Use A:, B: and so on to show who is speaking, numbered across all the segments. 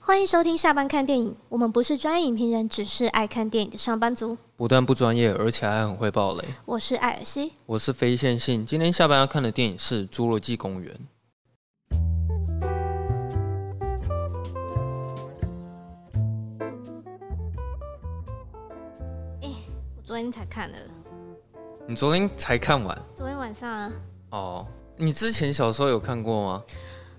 A: 欢迎收听下班看电影，我们不是专业影评人，只是爱看电影的上班族。
B: 不但不专业，而且还很会爆雷。
A: 我是艾尔西，
B: 我是非线性，今天下班要看的电影是《侏罗纪公园》。
A: 哎、我昨天才看了，
B: 你昨天才看完
A: 昨天晚上啊。
B: 哦？你之前小时候有看过吗？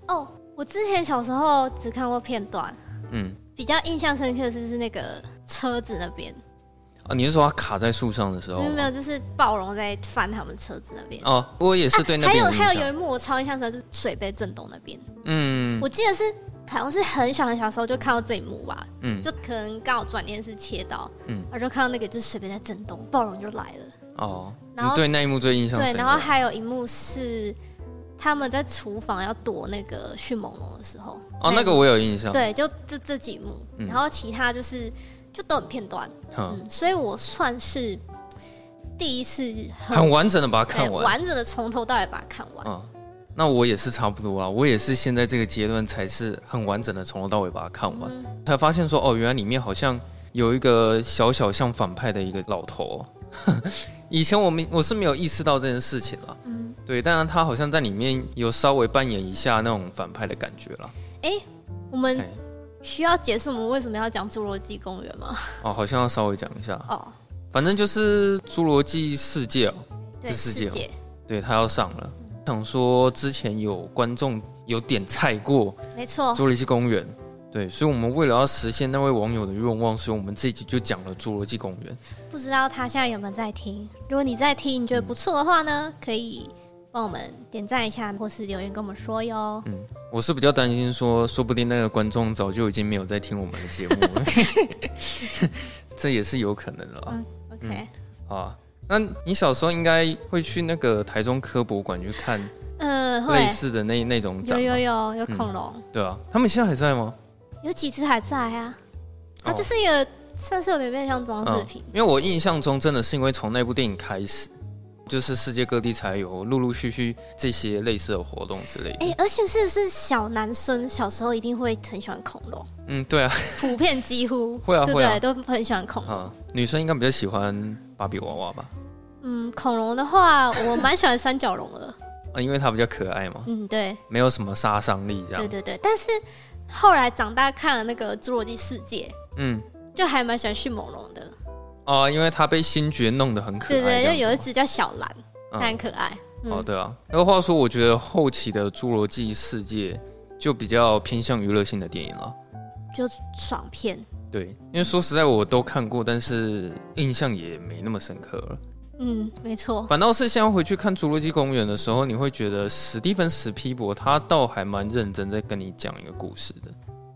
A: 哦，我之前小时候只看过片段，
B: 嗯，
A: 比较印象深刻的是是那个车子那边，
B: 啊，你是说它卡在树上的时候
A: 没有没
B: 吗？
A: 有，就是暴龙在翻他们车子那边。
B: 哦，我也是对那
A: 还
B: 边
A: 有
B: 有印
A: 还有有一
B: 象。
A: 幕我超印象深刻，就是水被震动那边，
B: 嗯
A: 我记得是好像是很小很小的时候就看到这一幕吧，
B: 嗯
A: 就可能刚好转电视切到，
B: 嗯
A: 我就看到那个就是水杯在震动，暴龙就来了。
B: 哦，你
A: 然后
B: 对那一幕最印象
A: 对，
B: 深刻。
A: 然后还有一幕是他们在厨房要躲那个迅猛龙的时候。
B: 哦，那个我有印象。
A: 对，就这这几幕，
B: 嗯
A: 然后其他就是就都很片段，
B: 嗯，
A: 嗯，所以我算是第一次
B: 很完整的把它
A: 哎
B: 看完。
A: 完整的从头到尾把它看完。
B: 嗯，那我也是差不多啊，我也是现在这个阶段才是很完整的从头到尾把它看完，才发现说哦，原来里面好像有一个小小像反派的一个老头哦、 以前我们我是没有意识到这件事情啦，嗯，对，但是他好像在里面有稍微扮演一下那种反派的感觉啦。
A: 我们
B: 哎，
A: 需要解释我们为什么要讲《侏罗纪公园》吗？
B: 哦，好像要稍微讲一下，
A: 哦，
B: 反正就是《侏罗纪世界》哦，
A: 对，
B: 是世界
A: 世
B: 吗
A: 界，
B: 对他要上了，想说之前有观众有点菜过，
A: 没错，
B: 侏罗纪公园。对，所以我们为了要实现那位网友的愿望，所以我们这一集就讲了侏罗纪公园。
A: 不知道他现在有没有在听？如果你在听，你觉得不错的话呢，可以帮我们点赞一下，或是留言跟我们说哟。
B: 嗯我是比较担心说，说不定那个观众早就已经没有在听我们的节目了，这也是有可能的
A: 嗯
B: 啦。
A: OK，
B: 啊，那你小时候应该会去那个台中科博馆去看
A: 嗯，会
B: 类似的那那种
A: 有
B: 展
A: 有
B: 吗？
A: 有有恐龙，
B: 对啊，他们现在还在吗？
A: 有几只还在啊？它
B: 哦
A: 就是一个嗯算是有点面向装饰品，
B: 因为我印象中真的是因为从那部电影开始，就是世界各地才有陆陆续续这些类似的活动之类的。
A: 哎、而且是是小男生小时候一定会很喜欢恐龙，
B: 嗯，对啊。
A: 普遍几乎
B: 会 啊
A: 对不
B: 会
A: 对？
B: 啊
A: 都很喜欢恐龙。
B: 啊，女生应该比较喜欢芭比娃娃吧？
A: 嗯，恐龙的话，我蛮喜欢三角龙 的。
B: 啊，因为她比较可爱嘛，
A: 嗯，对，
B: 没有什么杀伤力这样。
A: 对对对。但是后来长大看了那个《侏罗纪世界》，
B: 嗯，
A: 就还蛮喜欢迅猛龙的，
B: 哦、因为她被星爵弄得很可
A: 对
B: 爱。
A: 对，就
B: 这样
A: 有一
B: 子
A: 只叫小蓝，它
B: 嘛
A: 很可爱。
B: 嗯哦，对啊。那话说，我觉得后期的《侏罗纪世界》就比较偏向娱乐性的电影了。
A: 就爽片。
B: 对，因为说实在，我都看过，但是印象也没那么深刻了。
A: 嗯，没错，
B: 反倒是现在回去看《侏罗纪公园》的时候，你会觉得史蒂芬·史皮伯他倒还蛮认真在跟你讲一个故事的。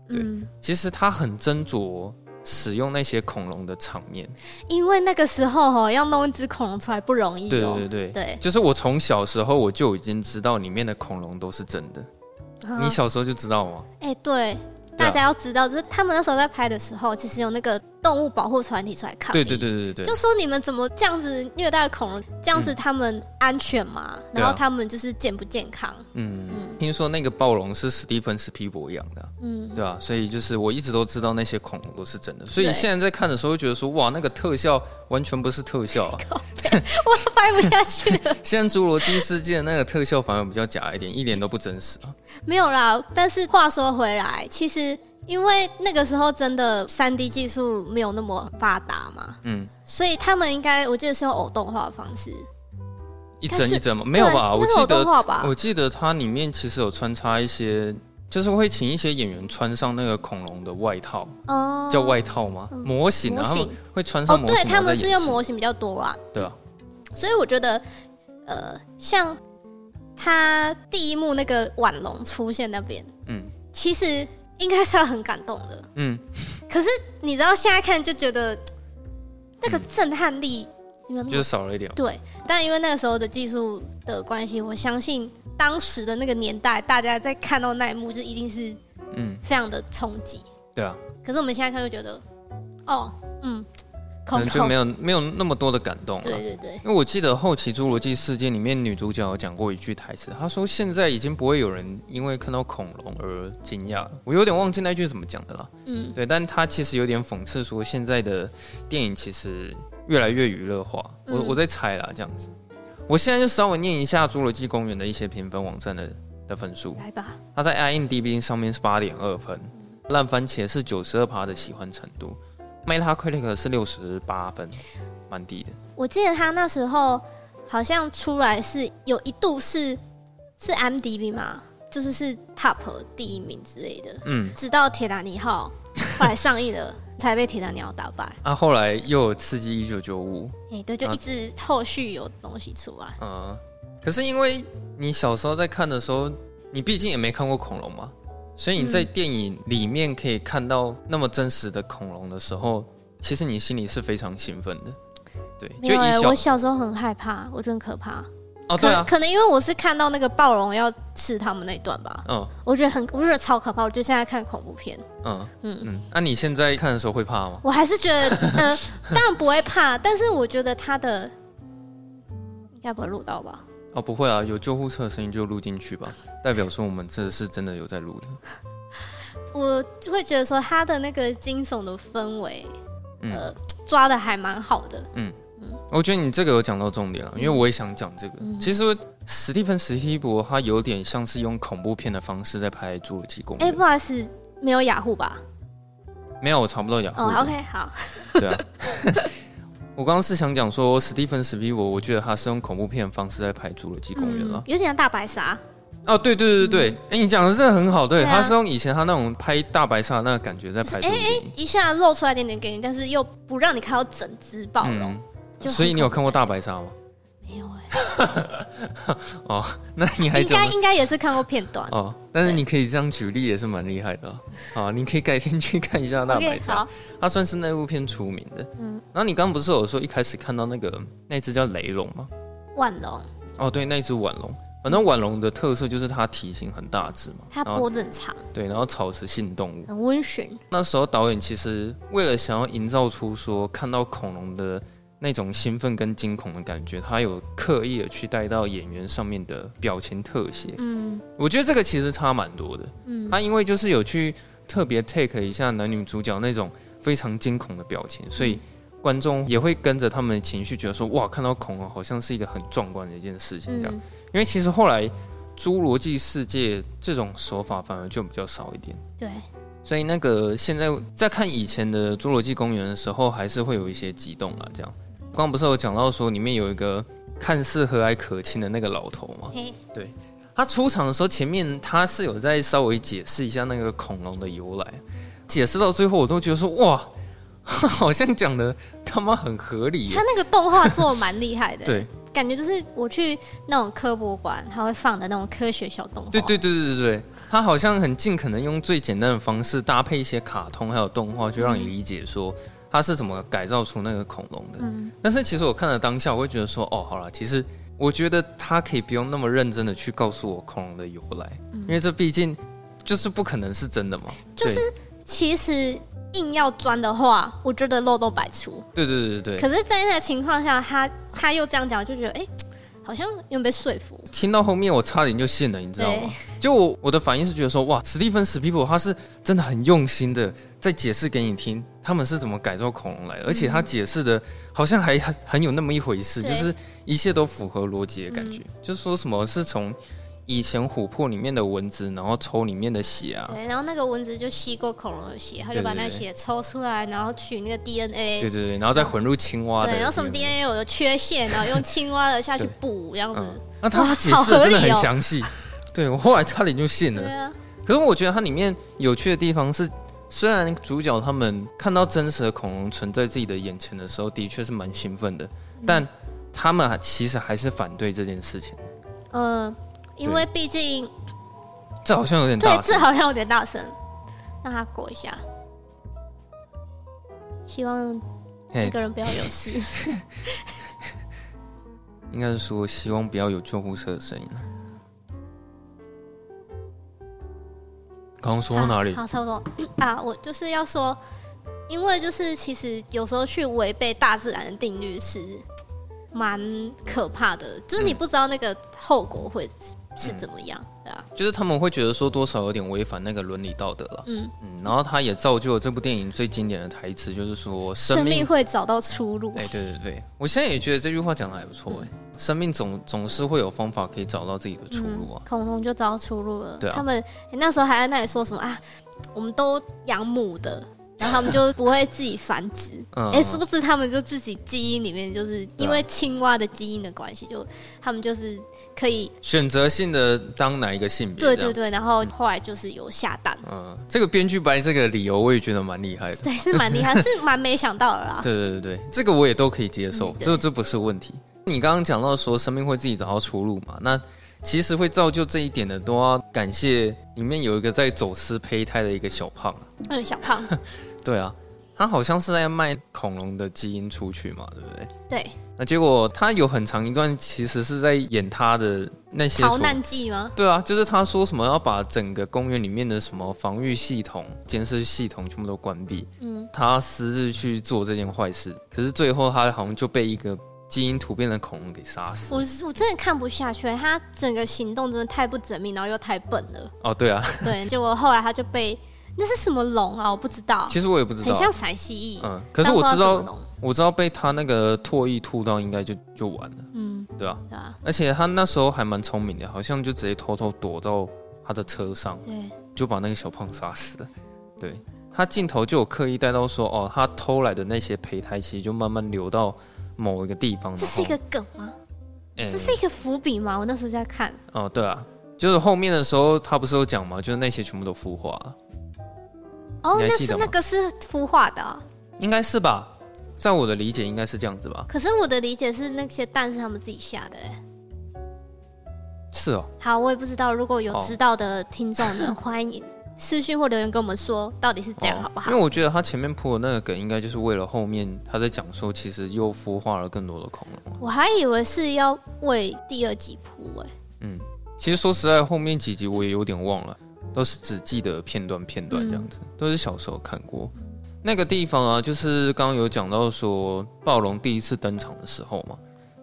B: 对
A: 嗯，
B: 其实他很斟酌使用那些恐龙的场面。
A: 因为那个时候哦，要弄一只恐龙出来不容易
B: 对
A: 哦。
B: 对对对，
A: 对
B: 就是我从小时候我就已经知道里面的恐龙都是真的。你啊
A: 啊
B: 小时候就知道吗？
A: 哎，对，大家要知道，就是他们那时候在拍的时候，其实有那个动物保护团体出来抗议。
B: 对对。对对对
A: 啊
B: 对
A: 就说你们怎么这样子虐待恐龙？这样子他们安全吗？
B: 对
A: 然
B: 啊
A: 后他们就是健不健康？
B: 嗯，听说那个暴龙是史蒂芬史皮伯养的啊，
A: 嗯，
B: 对啊，所以就是我一直都知道那些恐龙都是真的，所以
A: 对
B: 现在在看的时候会觉得说，哇，那个特效完全不是特效 啊！
A: 我都拍不下去了。
B: 现在侏罗纪世界的那个特效反而比较假一点，一点都不真实啊。
A: 没有啦，但是话说回来，其实因为那个时候真的三 D 技术没有那么发达嘛，
B: 嗯，
A: 所以他们应该我记得是用偶动画的方式，
B: 一
A: 但
B: 帧
A: 是
B: 一帧吗？没有
A: 对啊
B: 吧？我
A: 那是
B: 记
A: 偶动
B: 得
A: 画吧？
B: 我记得它里面其实有穿插一些，就是会请一些演员穿上那个恐龙的外套，
A: 哦
B: 叫外套吗？模型啊，
A: 模
B: 他
A: 型
B: 们会穿
A: 哦，
B: 上模型。
A: 对，他们
B: 然后再
A: 是
B: 演
A: 用
B: 示，
A: 模型比较多啦，
B: 对啊，
A: 所以我觉得，呃，像他第一幕那个晚龙出现那边，
B: 嗯
A: 其实应该是要很感动的，
B: 嗯，
A: 可是你知道现在看就觉得那个震撼力，你们
B: 嗯就是少了一点。
A: 对，但因为那个时候的技术的关系，我相信当时的那个年代，大家在看到那一幕就一定是
B: 嗯，
A: 非常的冲击。
B: 对啊，
A: 可是我们现在看就觉得，哦，嗯，
B: 可
A: 空
B: 能就
A: 空
B: 没。有没有那么多的感动了。啊
A: 对对对，
B: 因为我记得后期《侏罗纪世界》里面女主角有讲过一句台词，她说：“现在已经不会有人因为看到恐龙而惊讶了。”我有点忘记那句怎么讲的了。
A: 嗯，
B: 对，但她其实有点讽刺说，现在的电影其实越来越娱乐化。我
A: 嗯
B: 我在猜啦，这样子。我现在就稍微念一下《侏罗纪公园》的一些评分网站的的分数，
A: 来吧，
B: 它在 IMDB 上面是八点二分，烂番茄是九十二趴的喜欢程度，Metacritic 是六十八分，蛮低的。
A: 我记得他那时候好像出来是有一度是是 MDB 嘛，就是是 Top 第一名之类的，
B: 嗯。
A: 直到《铁达尼号》后来上映了，才被《铁达尼号》打 败。
B: 啊，后来又有《刺激一九九五》，
A: 哎、对，就
B: 啊
A: 一直后续有东西出来。
B: 嗯，可是因为你小时候在看的时候，你毕竟也没看过恐龙嘛，所以你在电影里面可以看到那么真实的恐龙的时候，其实你心里是非常兴奋的。对，
A: 没
B: 就
A: 有、
B: 以
A: 欸，
B: 小
A: 我小时候很害怕，我觉得很可怕。可
B: 哦，对啊，
A: 可能因为我是看到那个暴龙要吃他们那一段吧，
B: 嗯
A: 我觉得很，我觉得超可怕。我就现在看恐怖片，
B: 嗯
A: 嗯，
B: 嗯，那、你现在看的时候会怕吗？
A: 我还是觉得，嗯、 当然不会怕，但是我觉得它的应该不会录到吧？
B: 哦，不会啊，有救护车的声音就录进去吧，代表说我们这是真的有在录的。
A: 我就会觉得说它的那个惊悚的氛围，
B: 嗯，
A: 呃，抓的还蛮好的。
B: 我觉得你这个有讲到重点了，因为我也想讲这个。
A: 嗯
B: 其实史蒂芬·史蒂博他有点像是用恐怖片的方式在拍《侏罗纪公
A: 哎、
B: 园》
A: 不好意思，没有雅虎吧？
B: 没有，我查不到雅虎。
A: 哦，OK，好，
B: 对啊， 我刚刚是想讲说史蒂芬·史蒂博，我觉得他是用恐怖片的方式在拍《侏罗纪公园》了
A: 嗯。有点像大白鲨，
B: 哦，对对对对对，哎、你讲的真的很好，对，
A: 对啊
B: 他是用以前他那种拍大白鲨的那个感觉在拍这部电影。
A: 一下露出来一点点给你，但是又不让你看到整只暴龙。
B: 嗯
A: 就很
B: 所以你有
A: 恐
B: 看过大白鲨吗？哦
A: 没有哎、
B: 那你还
A: 应
B: 讲
A: 该
B: 了
A: 应该也是看过片段。
B: 哦，但是你可以这样举例也是蛮厉害的啊。好，你可以改天去看一下大白
A: OK，
B: 鲨。
A: 好，
B: 它算是那部片出名的。
A: 嗯
B: 嗯，然后你刚不是有说一开始看到那个那只叫雷龙吗？
A: 万龙，
B: 哦，对，那只腕龙。反正腕龙的特色就是它体型很大只嘛，
A: 它
B: 然后
A: 脖子很长，
B: 对，然后草食性动物。
A: 很温驯。
B: 那时候导演其实为了想要营造出说看到恐龙的那种兴奋跟惊恐的感觉，他有刻意的去带到演员上面的表情特写。
A: 嗯
B: 我觉得这个其实差蛮多的。
A: 嗯，
B: 他因为就是有去特别 take 一下男女主角那种非常惊恐的表情，
A: 嗯
B: 所以观众也会跟着他们的情绪，觉得说哇，看到恐龙好像是一个很壮观的一件事情这样。
A: 嗯，
B: 因为其实后来《侏罗纪世界》这种手法反而就比较少一点。
A: 对，
B: 所以那个现在在看以前的《侏罗纪公园》的时候，还是会有一些激动啊啦。这样，刚刚不是有讲到说里面有一个看似和蔼可亲的那个老头吗？
A: 嘿，
B: 他出场的时候，前面他是有在稍微解释一下那个恐龙的由来，解释到最后，我都觉得说哇， 好像讲的他妈很合理耶
A: 它。那个动画做得蛮厉害的，
B: 对，
A: 感觉就是我去那种科博馆，它会放的那种科学小动画，
B: 对对对对对对，他好像很尽可能用最简单的方式搭配一些卡通还有动画，去让
A: 嗯
B: 你理解说他是怎么改造出那个恐龙的。
A: 嗯
B: 但是其实我看了当下，我会觉得说哦，好了，其实我觉得他可以不用那么认真的去告诉我恐龙的由来，因为这毕竟就是不可能是真的嘛。
A: 嗯就是其实硬要钻的话，我觉得漏洞百出。
B: 对对对对对。
A: 可是，在那个情况下，他他又这样讲，就觉得哎、好像有被说服。
B: 听到后面我差点就信了，你知道吗？就我我的反应是觉得说，哇，史蒂芬史皮普他是真的很用心的在解释给你听，他们是怎么改造恐龙来
A: 嗯
B: 的，而且他解释的好像还很很有那么一回事，
A: 对嗯
B: 就是一切都符合逻辑的感觉，就是说什么是从以前琥珀里面的蚊子，然后抽里面的血啊，
A: 对，然后那个蚊子就吸过恐龙的血，他就把那
B: 对对对
A: 血抽出来，然后取那个 DNA，
B: 对对对，然后再混入青蛙的，
A: 对，然后什么
B: 对不对
A: DNA 有的缺陷，然后用青蛙的下去
B: 对
A: 补，这样
B: 嗯
A: 子。，
B: 那他解
A: 好
B: 释的
A: 合
B: 真的
A: 理
B: 很
A: 哦
B: 详细，对我后来差点就信了
A: 对。啊，
B: 可是我觉得它里面有趣的地方是，虽然主角他们看到真实的恐龙存在自己的眼前的时候，的确是蛮兴奋的，但他们还其实还是反对这件事情。
A: 嗯，因为毕竟
B: 这好像有点
A: 对
B: 大，
A: 这
B: 声，
A: 好像有点大声，让他过一下。希望那
B: 嘿，
A: 个人不要有 事。
B: 应该是说希望不要有救护车的声音了。刚刚说到哪里？
A: 好，差不多啊，我就是要说，因为就是其实有时候去违背大自然的定律是蛮可怕的，就是你不知道那个后果会是是怎么样，对啊，
B: 就是他们会觉得说多少有点违反那个伦理道德了。
A: 嗯，
B: 嗯，然后他也造就了这部电影最经典的台词，就是说
A: 生
B: 生
A: 命
B: 命。
A: 会找到出路。
B: 哎，对对对，我现在也觉得这句话讲的还不错哎、生命总总是会有方法可以找到自己的出路啊。
A: 嗯恐龙就找到出路了。
B: 对啊
A: 他们、你那时候还在那里说什么啊？我们都养母的，然后他们就不会自己繁殖。
B: 嗯，啊
A: 哎、殊不知他们就自己基因里面，就是因为青蛙的基因的关系，就他们就是可以，
B: 选择性的当哪一个性别？
A: 对
B: 这样
A: 对。对，然后后来就是有下蛋，
B: 嗯，这个编剧掰这个理由，我也觉得蛮厉害的。
A: 对，是蛮厉害，是蛮没想到的啦。
B: 对对对对，这个我也都可以接受，
A: 嗯对
B: 这这不是问题。你刚刚讲到说生命会自己找到出路嘛，那其实会造就这一点的，都要感谢里面有一个在走私胚胎的一个小胖啊。
A: 嗯，小胖，
B: 对啊，他好像是在卖恐龙的基因出去嘛，对不对？
A: 对，
B: 那结果他有很长一段其实是在演他的那些
A: 逃
B: 所
A: 难记吗？
B: 对啊，就是他说什么要把整个公园里面的什么防御系统、监视系统全部都关闭，
A: 嗯，
B: 他私自去做这件坏事，可是最后他好像就被一个基因突变的恐龙给杀死。
A: 我我真的看不下去，他整个行动真的太不缜密，然后又太笨了。
B: 哦，对啊，
A: 对，结果后来他就被那是什么龙啊？我不知道，
B: 其实我也不知
A: 很
B: 道，
A: 像陕西蜴。
B: 嗯，可是我
A: 但不
B: 知
A: 什么
B: 道，
A: 龙，
B: 我知道被他那个唾液吐到，应该就就完了，
A: 嗯，
B: 对啊，
A: 对啊，
B: 而且他那时候还蛮聪明的，好像就直接偷偷躲到他的车上，
A: 对，
B: 就把那个小胖杀死了。对他镜头就有刻意带到说，哦，他偷来的那些胚胎，其实就慢慢流到某一个地方。
A: 这是一个梗吗？
B: 然后，
A: 这
B: 哎
A: 是一个伏笔吗？我那时候在看，
B: 哦，对啊，就是后面的时候他不是有讲嘛，就是那些全部都孵化了，
A: 哦，
B: 你还
A: 那
B: 记得
A: 是
B: 吗
A: 那个是孵化的啊、
B: 应该是吧？在我的理解应该是这样子吧？
A: 可是我的理解是那些蛋是他们自己下的、欸。
B: 是哦，
A: 好，我也不知道，如果有
B: 哦
A: 知道的听众呢，欢迎私讯或留言跟我们说到底是怎样，
B: 哦
A: 好不
B: 因
A: 好？
B: 为我觉得他前面铺的那个梗，应该就是为了后面他在讲说，其实又孵化了更多的恐龙。
A: 我还以为是要为第二集铺哎、
B: 嗯，其实说实在，后面几集我也有点忘了，都是只记得片段片段这样子，都是小时候看过。那个地方啊，就是刚刚有讲到说暴龙第一次登场的时候嘛，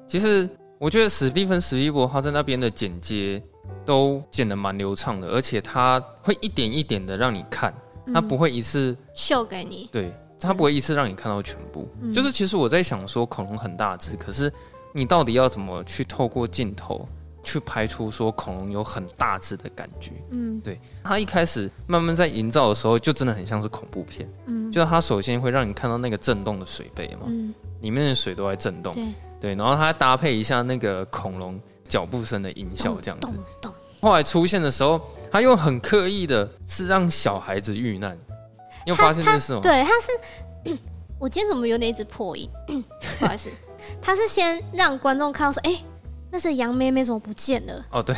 B: 其实我觉得史蒂芬史蒂伯他在那边的剪接都剪得蛮流畅的，而且他会一点一点的让你看，
A: 嗯
B: 他不会一次
A: 秀给你，
B: 对，它不会一次让你看到全部。
A: 嗯
B: 就是其实我在想说，恐龙很大只，可是你到底要怎么去透过镜头去拍出说恐龙有很大只的感觉？
A: 嗯
B: 对，它一开始慢慢在营造的时候，就真的很像是恐怖片。
A: 嗯
B: 就是它首先会让你看到那个震动的水杯嘛，
A: 嗯，
B: 里面的水都在震动。
A: 对，
B: 对，然后它搭配一下那个恐龙脚步声的音效，这样子
A: 咚。咚。
B: 后来出现的时候，它又很刻意的是让小孩子遇难。你有
A: 他
B: 发现这件事吗？
A: 对，他是 我今天怎么有点一直破音？ 不好意思，他是先让观众看到说，哎、那是羊妹妹怎么不见了？
B: 哦，对，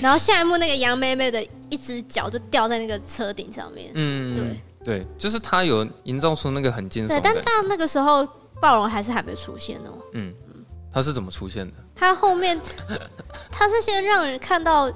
A: 然后下一幕那个羊妹妹的一只脚就掉在那个车顶上面。
B: 嗯，
A: 对
B: 对，就是他有营造出那个很惊悚
A: 对，
B: 的
A: 但
B: 感觉。
A: 到那个时候，暴龙还是还没出现哦、
B: 嗯，他是怎么出现的？
A: 他后 面他是先让人看到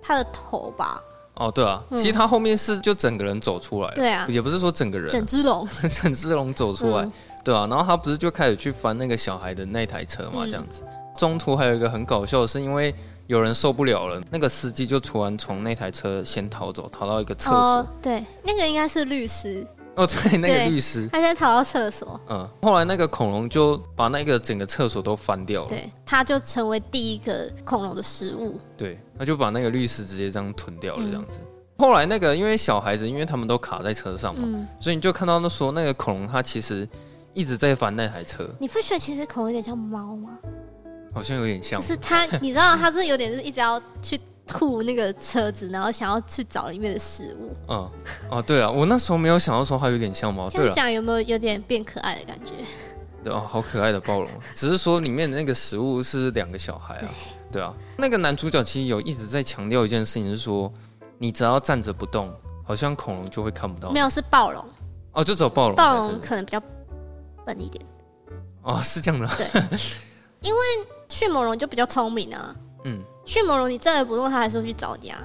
A: 他的头吧？
B: 哦，对啊，
A: 嗯
B: 其实他后面是就整个人走出来了，
A: 对啊，
B: 也不是说整个人
A: 整
B: 啊，
A: 只龙。
B: 整只龙走出来，
A: 嗯
B: 对啊，然后他不是就开始去翻那个小孩的那台车嘛，
A: 嗯
B: 这样子。中途还有一个很搞笑的是，因为有人受不了了，那个司机就突然从那台车先逃走，逃到一个厕所。
A: 哦，对，那个应该是律师，
B: 哦，对，那
A: 对
B: 个律师，
A: 他先逃到厕所，
B: 嗯，后来那个恐龙就把那个整个厕所都翻掉了。
A: 对，他就成为第一个恐龙的食物。
B: 对，他就把那个律师直接这样吞掉了，
A: 嗯
B: 这样子。后来那个因为小孩子，因为他们都卡在车上嘛，
A: 嗯，
B: 所以你就看到那说那个恐龙它其实一直在翻那台车，
A: 你不觉得其实恐龙有点像猫吗？
B: 好像有点
A: 就
B: 像。
A: 是它， 你知道它是有点是一直要去吐那个车子，然后想要去找里面的食物。哦
B: 嗯，哦，对啊，我那时候没有想到说它有点像猫。
A: 这
B: 对
A: 样
B: 了，
A: 讲有没有有点变可爱的感觉？
B: 对哦，好可爱的暴龙，只是说里面的那个食物是两个小孩啊。对啊，那个男主角其实有一直在强调一件事情，是说你只要站着不动，好像恐龙就会看不到
A: 没。有，是暴龙，
B: 哦，就只有暴龙。
A: 暴龙。可能比较笨一点，
B: 哦，是这样的。
A: 迅猛龙就比较聪明啊。
B: 嗯，
A: 迅猛龙你站着不动，它还是会去找你啊。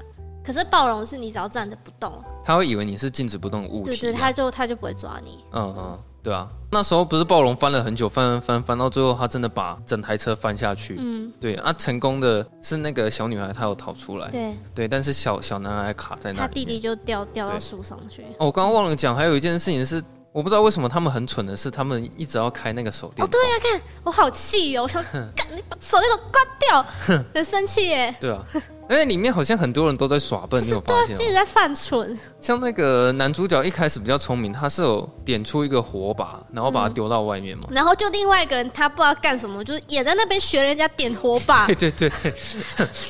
A: 可是暴龙是你只要站着不动，啊
B: 他会以为你是静止不动的物体。
A: 对
B: 啊
A: 对，他就他就不会抓你。
B: 嗯嗯，对啊，那时候不是暴龙翻了很久，翻翻翻到最后，他真的把整台车翻下去。
A: 嗯，
B: 对啊，成功的是那个小女孩，她有逃出来。
A: 对，
B: 对，但是小小男孩卡在那
A: 他
B: 里面。
A: 弟弟就掉掉到
B: 对
A: 树上去。
B: 哦，我刚刚忘了讲，还有一件事情是，我不知道为什么他们很蠢的是，他们一直要开那个手电筒。
A: 哦，对呀、看我好气哦！我 想，干你把手电筒关掉，很生气耶。
B: 对啊， 而且里面好像很多人都在耍笨，你有发
A: 啊
B: 现
A: 一
B: 吗？
A: 直在犯蠢，
B: 像那个男主角一开始比较聪明，他是有点出一个火把，然后把它丢到外面嘛。
A: 然后就另外一个人他不知道干什么，就是也在那边学人家点火把
B: 对，对对对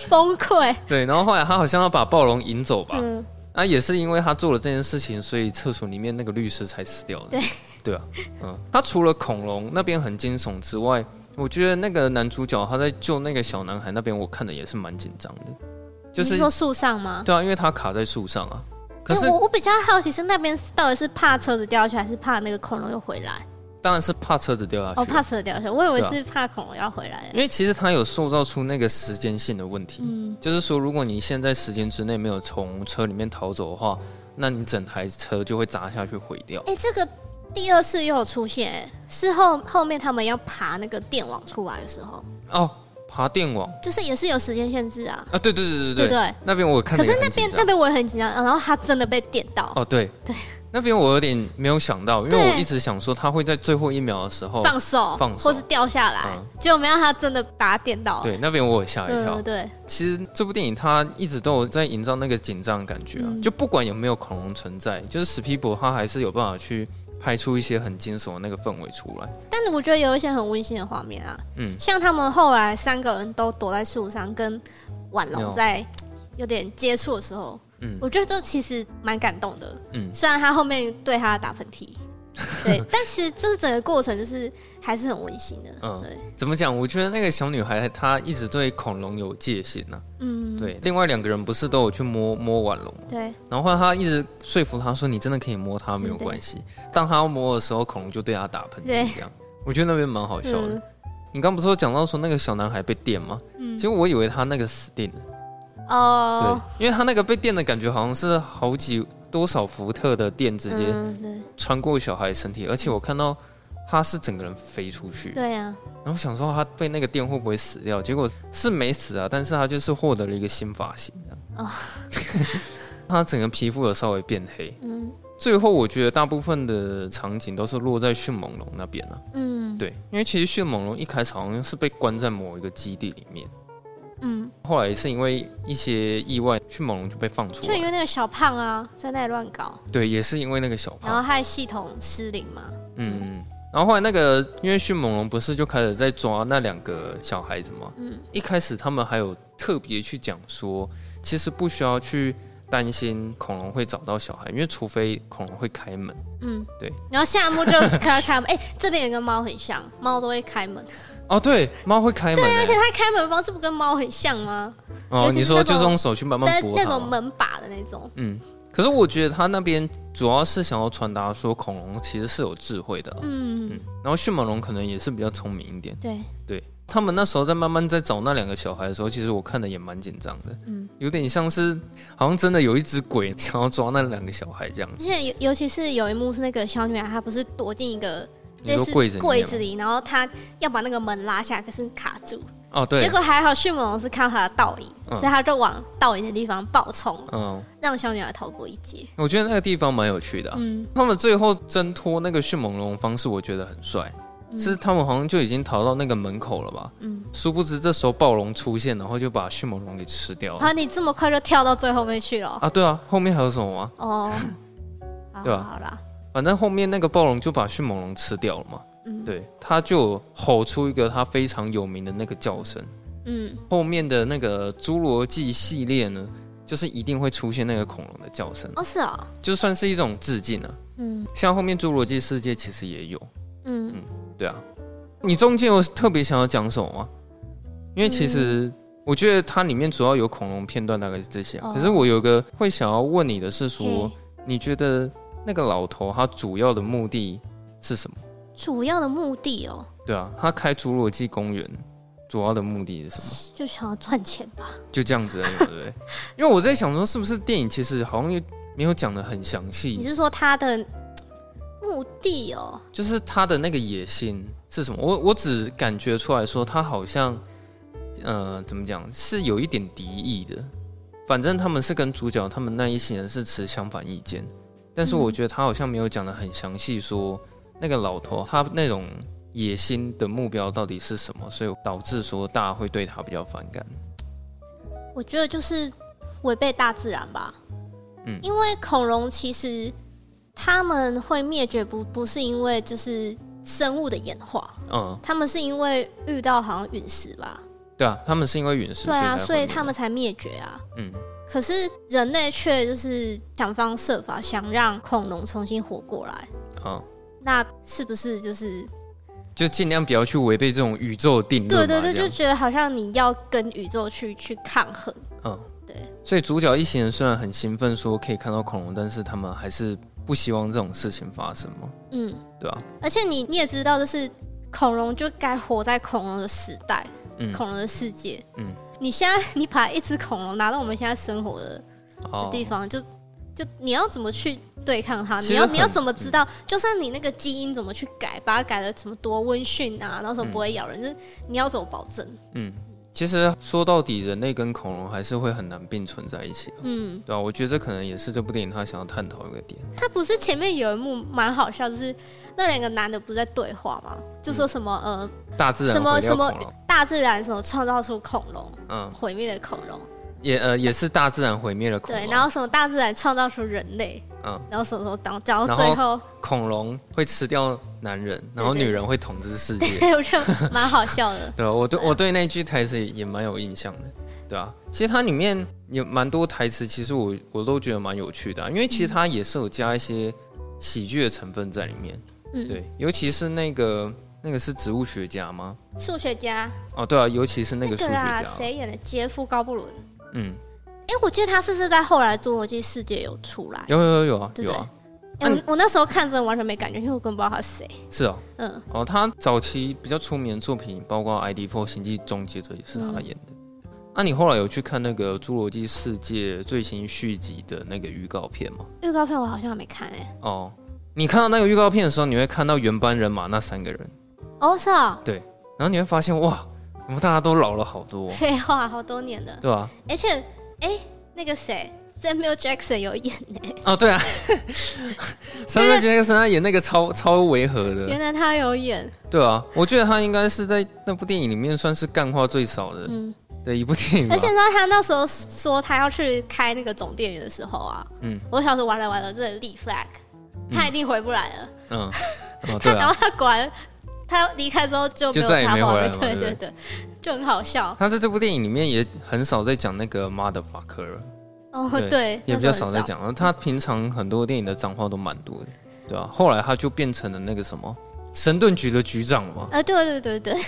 A: 崩溃。
B: 对，然后后来他好像要把暴龙引走吧？
A: 嗯，
B: 啊，也是因为他做了这件事情，所以厕所里面那个律师才死掉的。
A: 对，
B: 对啊，嗯，他除了恐龙那边很惊悚之外，我觉得那个男主角他在救那个小男孩那边，我看的也是蛮紧张的，就
A: 你
B: 是
A: 说树上吗？
B: 对啊，因为他卡在树上啊。可
A: 哎
B: 是
A: 我我比较好奇是那边到底是怕车子掉下去，还是怕那个恐龙又回来？
B: 当然是怕车子掉下去，
A: 哦，怕车子掉下去，我以为
B: 对啊
A: 是怕恐龙要回来。
B: 因为其实他有塑造出那个时间性的问题，
A: 嗯
B: 就是说，如果你现在时间之内没有从车里面逃走的话，那你整台车就会砸下去毁掉。
A: 哎、这个第二次又有出现、欸，是后后面他们要爬那个电网出来的时候，
B: 哦，爬电网
A: 就是也是有时间限制啊，
B: 啊，对对
A: 对
B: 对对
A: 不
B: 对，
A: 对？
B: 那边我有看
A: 可
B: 得也
A: 是
B: 很
A: 那
B: 紧
A: 边
B: 张，
A: 那边我也很紧张，然后他真的被电到，
B: 哦对
A: 对，
B: 那边我有点没有想到，因为
A: 对
B: 我一直想说他会在最后一秒的时候，
A: 放手，
B: 哦放手
A: 或是掉下来，
B: 嗯
A: 结果没让他真的把他电到。
B: 对，那边我也吓一跳
A: 嗯，。对，
B: 其实这部电影它一直都有在营造那个紧张的感觉啊，
A: 嗯
B: 就不管有没有恐龙存在，就是史皮博他还是有办法去拍出一些很惊悚的那个氛围出来。
A: 但是我觉得有一些很温馨的画面啊，
B: 嗯，
A: 像他们后来三个人都躲在树上，跟婉
B: 有
A: 龙在有点接触的时候，
B: 嗯
A: 我觉得这其实蛮感动的。
B: 嗯
A: 虽然他后面对他打喷 嚏，对，但其实这整个过程就是还是很温馨的。
B: 嗯
A: 对，
B: 怎么讲？我觉得那个小女孩她一直对恐龙有戒心呐、啊。
A: 嗯，
B: 对，另外两个人不是都有去摸摸腕龙吗，
A: 对，
B: 然后后来她一直说服她说你真的可以摸它没有关系。当她要摸的时候，恐龙就对她打喷嚏
A: 对
B: 这样。我觉得那边蛮好笑的。
A: 嗯
B: 你刚不是有讲到说那个小男孩被电吗？
A: 嗯
B: 其实我以为他那个死定了。
A: 哦，
B: 对，因为他那个被电的感觉好像是好几多少伏特的电直接
A: 嗯，对，
B: 穿过小孩的身体，而且我看到他是整个人飞出去，
A: 对啊，
B: 然后想说他被那个电会不会死掉，结果是没死啊，但是他就是获得了一个新发型这样。
A: 哦
B: 他整个皮肤有稍微变黑，
A: 嗯
B: 最后我觉得大部分的场景都是落在迅猛龙那边啊。
A: 嗯，
B: 对，因为其实迅猛龙一开始好像是被关在某一个基地里面，
A: 嗯，
B: 后来是因为一些意外，迅猛龙就被放出
A: 就
B: 来
A: 因。为那个小胖啊在那里乱搞，
B: 对，也是因为那个小
A: 然
B: 胖，
A: 后害系统失灵嘛。
B: 嗯，嗯然后后来那个因为迅猛龙不是就开始在抓那两个小孩子嘛，
A: 嗯
B: 一开始他们还有特别去讲说，其实不需要去担心恐龙会找到小孩，因为除非恐龙会开门，
A: 嗯，
B: 对。
A: 然后下一幕就 开开门，哎、这边有跟猫很像，猫都会开门，
B: 哦，对，猫会开门欸、
A: 而且它开门的方式不跟猫很像吗？
B: 哦，
A: 尤其
B: 你
A: 是
B: 说
A: 那
B: 就
A: 种
B: 是用手去慢慢
A: 但
B: 拨
A: 那
B: 它
A: 种
B: 嘛，
A: 门把的那种，
B: 嗯。可是我觉得他那边主要是想要传达说，恐龙其实是有智慧的啊、
A: 嗯，
B: 嗯，然后迅猛龙可能也是比较聪明一点。
A: 对，
B: 对他们那时候在慢慢在找那两个小孩的时候，其实我看的也蛮紧张的，
A: 嗯
B: 有点像是好像真的有一只鬼想要抓那两个小孩这样
A: 而
B: 子。
A: 且尤尤其是有一幕是那个小女孩，她不是躲进一个
B: 你
A: 类
B: 说
A: 似
B: 柜子里
A: 柜
B: 面
A: 子
B: 吗？
A: 里，然后她要把那个门拉下来，可是卡住，
B: 哦，
A: 结
B: 对，
A: 果还好迅猛龙是看到她的倒影，
B: 嗯
A: 所以他就往倒影的地方暴冲，
B: 嗯，
A: 让小女孩逃过一劫。
B: 我觉得那个地方蛮有趣的啊、
A: 嗯，
B: 他们最后挣脱那个迅猛龙的方式，我觉得很帅。
A: 嗯
B: 是他们好像就已经逃到那个门口了吧？
A: 嗯
B: 殊不知这时候暴龙出现，然后就把迅猛龙给吃掉了。
A: 好，你这么快就跳到最后面去了哦。
B: 哦啊，对啊，后面还有什么吗？
A: 哦，好
B: 对啊
A: 啦
B: 吧
A: 好啦，
B: 反正后面那个暴龙就把迅猛龙吃掉了嘛。
A: 嗯，，
B: 对，他就吼出一个他非常有名的那个叫声。
A: 嗯，
B: 后面的那个《侏罗纪》系列呢，就是一定会出现那个恐龙的叫声，
A: 哦是哦，
B: 就算是一种致敬啊。
A: 嗯
B: 像后面《侏罗纪世界》其实也有，
A: 嗯，
B: 对啊。你中间有特别想要讲什么吗？因为其实我觉得它里面主要有恐龙片段，大概是这些啊、
A: 嗯哦
B: 可是我有个会想要问你的是说
A: 嘿，
B: 你觉得那个老头他主要的目的是什么？
A: 主要的目的哦，
B: 对啊，他开侏罗纪公园，主要的目的是什么？
A: 就想要赚钱吧。
B: 就这样子而已嘛，对 不对？因为我在想说，是不是电影其实好像又没有讲的很详
A: 你
B: 细，
A: 是说他的目的哦？
B: 就是他的那个野心是什么？我我只感觉出来说，他好像，呃，怎么讲，是有一点敌意的。反正他们是跟主角他们那一行人是持相反意见，但是我觉得他好像没有讲的很详细，说那个老头他那种野心的目标到底是什么，所以导致说大家会对他比较反感。
A: 我觉得就是违背大自然吧。
B: 嗯
A: 因为恐龙其实他们会灭绝不不是因为就是生物的演化，
B: 嗯，
A: 他们是因为遇到好像陨石吧？
B: 对啊，他们是因为陨石，
A: 对啊，
B: 才
A: 所以
B: 会
A: 他们才灭绝啊。
B: 嗯。
A: 可是人类却就是想方设法想让恐龙重新活过来，
B: 啊，
A: 那是不是就是
B: 就尽量不要去违背这种宇宙定
A: 对
B: 论嘛。
A: 对对，
B: 这
A: 就
B: 样
A: 觉得好像你要跟宇宙去去抗衡。
B: 嗯，
A: 对。
B: 所以主角一行人虽然很兴奋，说可以看到恐龙，但是他们还是不希望这种事情发生嘛，
A: 嗯，
B: 对吧、
A: 而且你你也知道，就是恐龙就该活在恐龙的时代，
B: 嗯，
A: 恐龙的世界。
B: 嗯，
A: 你现在你把一只恐龙拿到我们现在生活的
B: 哦
A: 地方，就就你要怎么去对抗它？
B: 其
A: 你
B: 实
A: 要
B: 很嗯
A: 你要怎么知道？就算你那个基因怎么去改，把它改了什么多温驯啊，然后什么不会咬人，就是你要怎么保证？
B: 嗯，其实说到底，人类跟恐龙还是会很难并存在一起啊，
A: 嗯，
B: 对吧、我觉得这可能也是这部电影他想要探讨一个点。
A: 它不是前面有一幕蛮好笑，就是那两个男的不是在对话吗？就说什么、呃。
B: 大自然
A: 什么
B: 毁掉
A: 什么
B: 恐龙，
A: 大自然什么创造出恐龙，
B: 嗯，
A: 毁灭了恐龙，
B: 也呃也是大自然毁灭了恐龙，
A: 对，然后什么大自然创造出人类，
B: 嗯，
A: 然后什么什么，讲讲到
B: 然
A: 最
B: 后
A: 后，
B: 恐龙会吃掉男人，然后
A: 对对
B: 女人会统治世界，。
A: 对，我觉得蛮好笑的
B: 对啊，我对我对那句台词也也蛮有印象的，对啊，其实它里面有蛮多台词，其实我我都觉得蛮有趣的啊、因为其实它也是有加一些喜剧的成分在里面，
A: 嗯，
B: 对，尤其是那个那个是植物学家吗？
A: 数学家
B: 哦，对啊，尤其是那个数学
A: 啦
B: 家，，啊
A: 谁演的？杰夫·高布伦。
B: 嗯，
A: 哎，我记得他是不是在后来《侏罗纪世界》有出来？
B: 有有有有啊
A: 对
B: 有啊，
A: 哎，
B: 那
A: 我我那时候看真的完全没感觉，因为我根本不知道他是谁。
B: 是哦，
A: 嗯，
B: 哦，他早期比较出名的作品包括《ID Four 星际终结者》也是
A: 嗯
B: 他演的。那、你后来有去看那个《侏罗纪世界》最新续集的那个预告片吗？
A: 预告片我好像还没看哎。
B: 哦，你看到那个预告片的时候，你会看到原班人马那三个人，
A: 哦，是啊，
B: 然后你会发现哇，怎么大家都老了好多，
A: 废话，好多年了。
B: 对吧、
A: 而且，哎，那个谁，Samuel Jackson 有演哎，
B: 哦，对啊， 三
A: 原
B: 浦
A: 来
B: 杰克森他演那个超超违和的
A: 原，来他有演。
B: 对啊，我觉得他应该是在那部电影里面算是干话最少的
A: 嗯。
B: 的一部电影吧
A: 而。且呢，他那时候说他要去开那个总店员的时候啊，
B: 嗯
A: 我想说完了完了，这立 flag，他一定回不来了。
B: 嗯，哦，
A: 他
B: 嗯对
A: 然
B: 啊
A: 后，他果然，他离开之后就没有
B: 就再也
A: 他
B: 没
A: 画
B: 回来
A: 面，
B: 了嘛
A: 对
B: 对
A: 对
B: 不
A: 对，就很好笑。
B: 他在这部电影里面也很少在讲那个 motherfucker 了。
A: 哦，
B: 对
A: 对，那
B: 也比
A: 时候
B: 较
A: 很
B: 少在。讲。然后他平常很多电影的脏话都蛮多的，对吧、后来他就变成了那个什么神盾局的局长嘛，
A: 啊，对对对 对，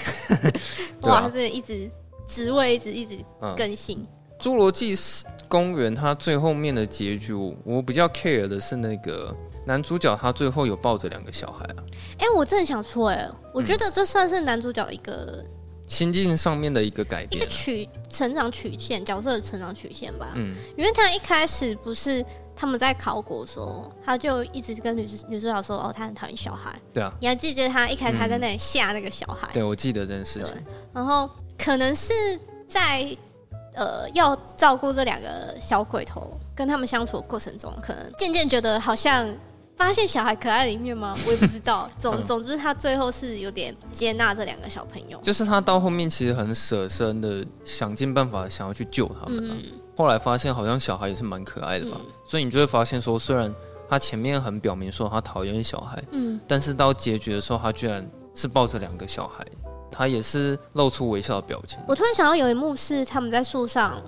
B: 对啊
A: 哇，这一直职位一直一直
B: 嗯，《
A: 更新。
B: 侏罗纪公园》他最后面的结局，我我比较 care 的是那个男主角他最后有抱着两个小孩啊，
A: 哎，我真的想说，哎，我觉
B: 嗯
A: 得这算是男主角一个
B: 心境上面的一个改
A: 一
B: 变
A: 个
B: 啊。
A: 曲成长曲线，角色的成长曲线吧。
B: 嗯，
A: 因为他一开始不是他们在考古的时候，他就一直跟女主女主角说，哦，他很讨厌小孩。
B: 对啊，
A: 你还记得他一开始他在那里吓那个小孩，
B: 嗯对我记得这件事情。
A: 然后可能是在呃要照顾这两个小鬼头跟他们相处的过程中，可能渐渐觉得好像。发现小孩可爱的一面 吗？我也不知道。总
B: 嗯
A: 总之，他最后是有点接纳这两个小朋友。
B: 就是他到后面其实很舍身的，想尽办法想要去救他们、啊。后来发现好像小孩也是蛮可爱的吧，所以你就会发现说，虽然他前面很表明说他讨厌小孩，
A: 嗯，
B: 但是到结局的时候，他居然是抱着两个小孩，他也是露出微笑的表情。
A: 我突然想到有一幕是他们在树上，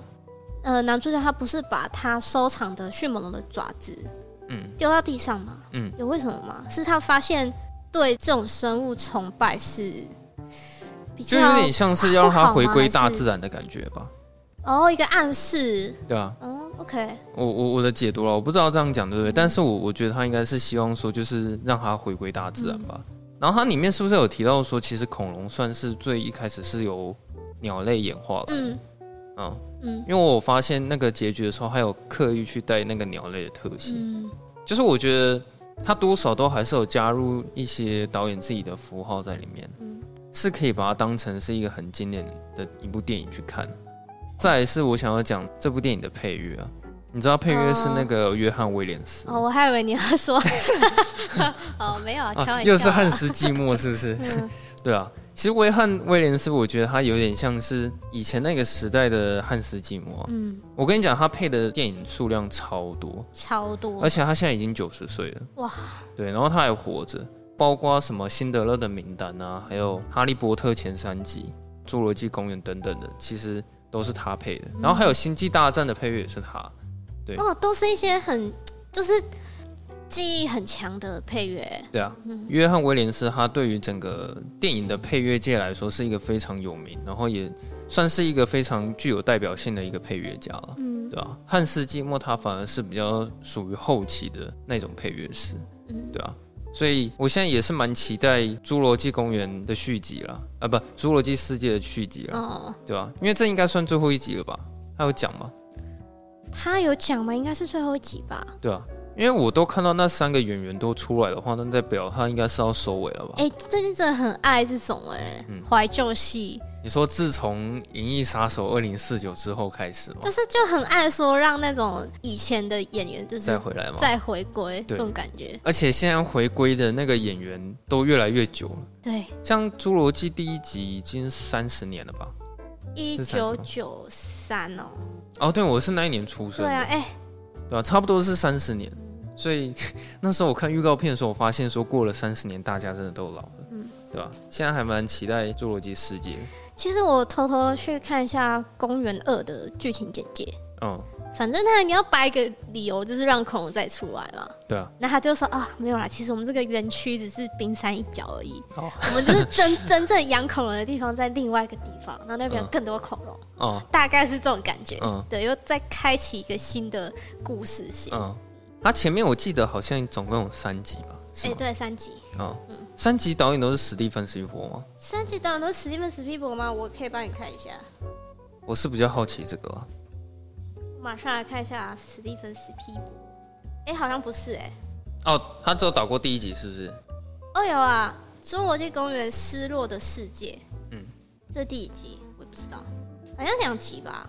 A: 呃，男主角他不是把他收藏的迅猛龙的爪子
B: 嗯
A: 丢到地上吗？
B: 嗯，
A: 有为什么吗？是他发现对这种生物崇拜是比
B: 就
A: 较
B: 有点像是要让
A: 啊不
B: 他
A: 好吗
B: 回归大
A: 还是
B: 自然的感觉吧，
A: 哦一个暗示。
B: 对啊，
A: 哦，OK，
B: 我我我的解读了，我不知道这样讲对不对，
A: 嗯
B: 但是我我觉得他应该是希望说，就是让他回归
A: 嗯
B: 大自然吧。然后它里面是不是有提到说，其实恐龙算是最一开始是由鸟类演化了。
A: 嗯
B: 嗯，
A: 嗯
B: 因为我发现那个结局的时候，还有刻意去带那个鸟类的特性，
A: 嗯
B: 就是我觉得它多少都还是有加入一些导演自己的符号在里面，
A: 嗯
B: 是可以把它当成是一个很经典的一部电影去看。再来是我想要讲这部电影的配乐啊，你知道配乐是那个约翰威廉斯吗
A: 哦，我还以为你要 说，哦，没有啊，开玩笑，
B: 又是汉斯季默是 不是？
A: 嗯
B: 对啊，其实威汉威廉斯，我觉得他有点像是以前那个时代的汉斯季默啊、
A: 嗯，
B: 我跟你讲，他配的电影数量超多，
A: 超多
B: 而，且他现在已经九十岁了，
A: 哇，
B: 对，然后他还活着，包括什么《辛德勒的名单》啊，还有《哈利波特》前三集、《侏罗纪公园》等等的，其实都是他配的。然后还有《星际大战》的配乐也是他，对
A: 哦，都是一些很就是记忆很强的配乐，
B: 对啊。约翰威廉斯他对于整个电影的配乐界来说是一个非常有名，然后也算是一个非常具有代表性的一个配乐家了。
A: 嗯
B: 对啊，汉斯季默他反而是比较属于后期的那种配乐师，
A: 嗯
B: 对啊，所以我现在也是蛮期待《侏罗纪公园》的续集啦，啊不，《侏罗纪世界》的续集啦，
A: 哦，
B: 对啊，因为这应该算最后一集了吧？他有讲吗？
A: 他有讲吗？应该是最后一集吧。
B: 对啊，因为我都看到那三个演员都出来的话，那代表他应该是要收尾了吧？
A: 哎、最近真的很爱这种哎、
B: 嗯
A: 怀旧戏，
B: 你说自从《银翼杀手二零四九》之后开始吗？
A: 就是就很爱说让那种以前的演员就
B: 再
A: 是
B: 回来吗？
A: 再回归
B: 对
A: 这种感觉。
B: 而且现在回归的那个演员都越来越久了。
A: 对，
B: 像《侏罗纪》第一集已经三十年了吧？
A: 一
B: 是三
A: 九
B: 十吗
A: 九三哦，
B: 哦，对，我是那一年出生
A: 对
B: 的，
A: 啊，哎、
B: 对吧差不多是三十年。所以 那时候我看预告片的时候，我发现说过了三十年，大家真的都老了，
A: 嗯
B: 对吧？现在还蛮期待《侏罗纪世界》的。
A: 其实我偷偷去看一下《公园二》的剧情简介，
B: 嗯，
A: 反正他你要掰一个理由，就是让恐龙再出来嘛。
B: 对啊，
A: 那他就说啊，没有啦，其实我们这个园区只是冰山一角而已，
B: 哦
A: 我们就是真 真正养恐龙的地方在另外一个地方，然后那边有
B: 嗯
A: 更多恐龙，
B: 嗯
A: 大概是这种感觉。
B: 嗯
A: 对，又再开启一个新的故事线。
B: 嗯，它、前面我记得好像总共有三集吧？是
A: 哎、
B: 吗？
A: 对，三集，
B: 嗯，三集导演都是史蒂芬·史匹伯吗？
A: 三集当然都是史蒂芬史皮伯吗？我可以帮你看一下，
B: 我是比较好奇这个啊啦。
A: 马上来看一下史蒂芬史皮伯。哎、好像不是哎、
B: 哦，他只有导过第一集，是不是？
A: 哦有啊，《侏罗纪公园：失落的世界》。
B: 嗯
A: 嗯，这第几集我也不知道，好像两集吧。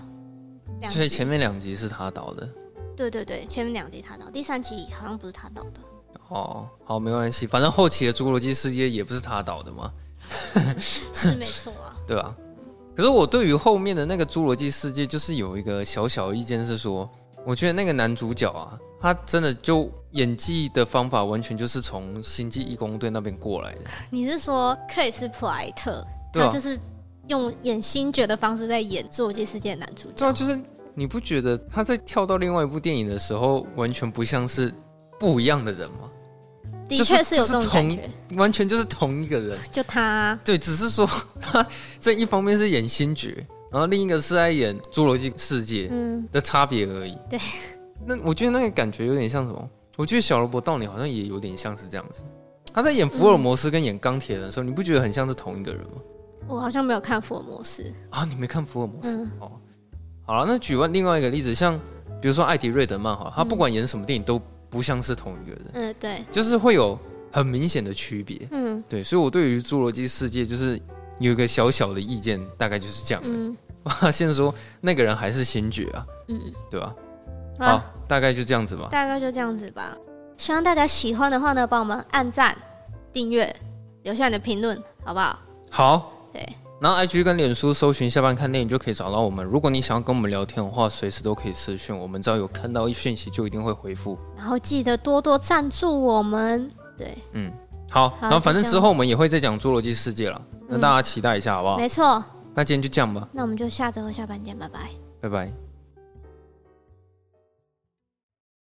A: 两
B: 所以
A: 集。
B: 前面两集是他导的。
A: 对对对，前面两集他导，第三集好像不是他导 的。
B: 哦，好，没关系，反正后期的《侏罗纪世界》也不是他导的嘛，
A: 是没错啊。
B: 对吧？可是我对于后面的那个《侏罗纪世界》就是有一个小小的意见，是说，我觉得那个男主角啊，他真的就演技的方法完全就是从《星际义工队》那边过 来的，
A: 你是说克里斯普莱特，
B: 对啊
A: 他就是用演星爵的方式在演《侏罗纪世界》的男主角？
B: 对啊，就是你不觉得他在跳到另外一部电影的时候，完全不像是不一样的人吗？
A: 的确
B: 就是
A: 是有这种感觉，
B: 完全就是同一 个人。
A: 就他
B: 对，只是说他这一方面是演星爵，然后另一个是在演《侏罗纪世界》
A: 嗯，
B: 的差别而已。
A: 对，
B: 那我觉得那个感觉有点像什么？我觉得小罗伯·道尼好像也有点像是这样子。他在演福尔摩斯跟演钢铁人的时候，你不觉得很像是同一个人吗？
A: 我好像没有看福尔摩斯，
B: 啊，你没看福尔摩斯、
A: 嗯
B: 哦。好了，那举完另外一个例子，像比如说艾迪·瑞德曼哈，他不管演什么电影都不像是同一个人，
A: 嗯，对，
B: 就是会有很明显的区别。
A: 嗯
B: 对，所以我对于《侏罗纪世界》就是有一个小小的意见，大概就是这样。
A: 嗯
B: 发现说那个人还是星爵啊，
A: 嗯，
B: 对吧？
A: 好、
B: 好，大概就这样子吧。
A: 大概就这样子吧。希望大家喜欢的话呢，帮我们按赞、订阅，留下你的评论，好不好？
B: 好，
A: 对，
B: 然后 IG 跟脸书搜寻下班看电影就可以找到我们。如果你想要跟我们聊天的话，随时都可以私讯，我们只要有看到一讯息就一定会回复。
A: 然后记得多多赞助我们，对，
B: 嗯，好，然后反正之后我们也会再讲《侏罗纪世界》了，那大家期待一下好不好？
A: 嗯没错。
B: 那今天就这样吧，
A: 那我们就下周下班见，拜拜。
B: 拜拜。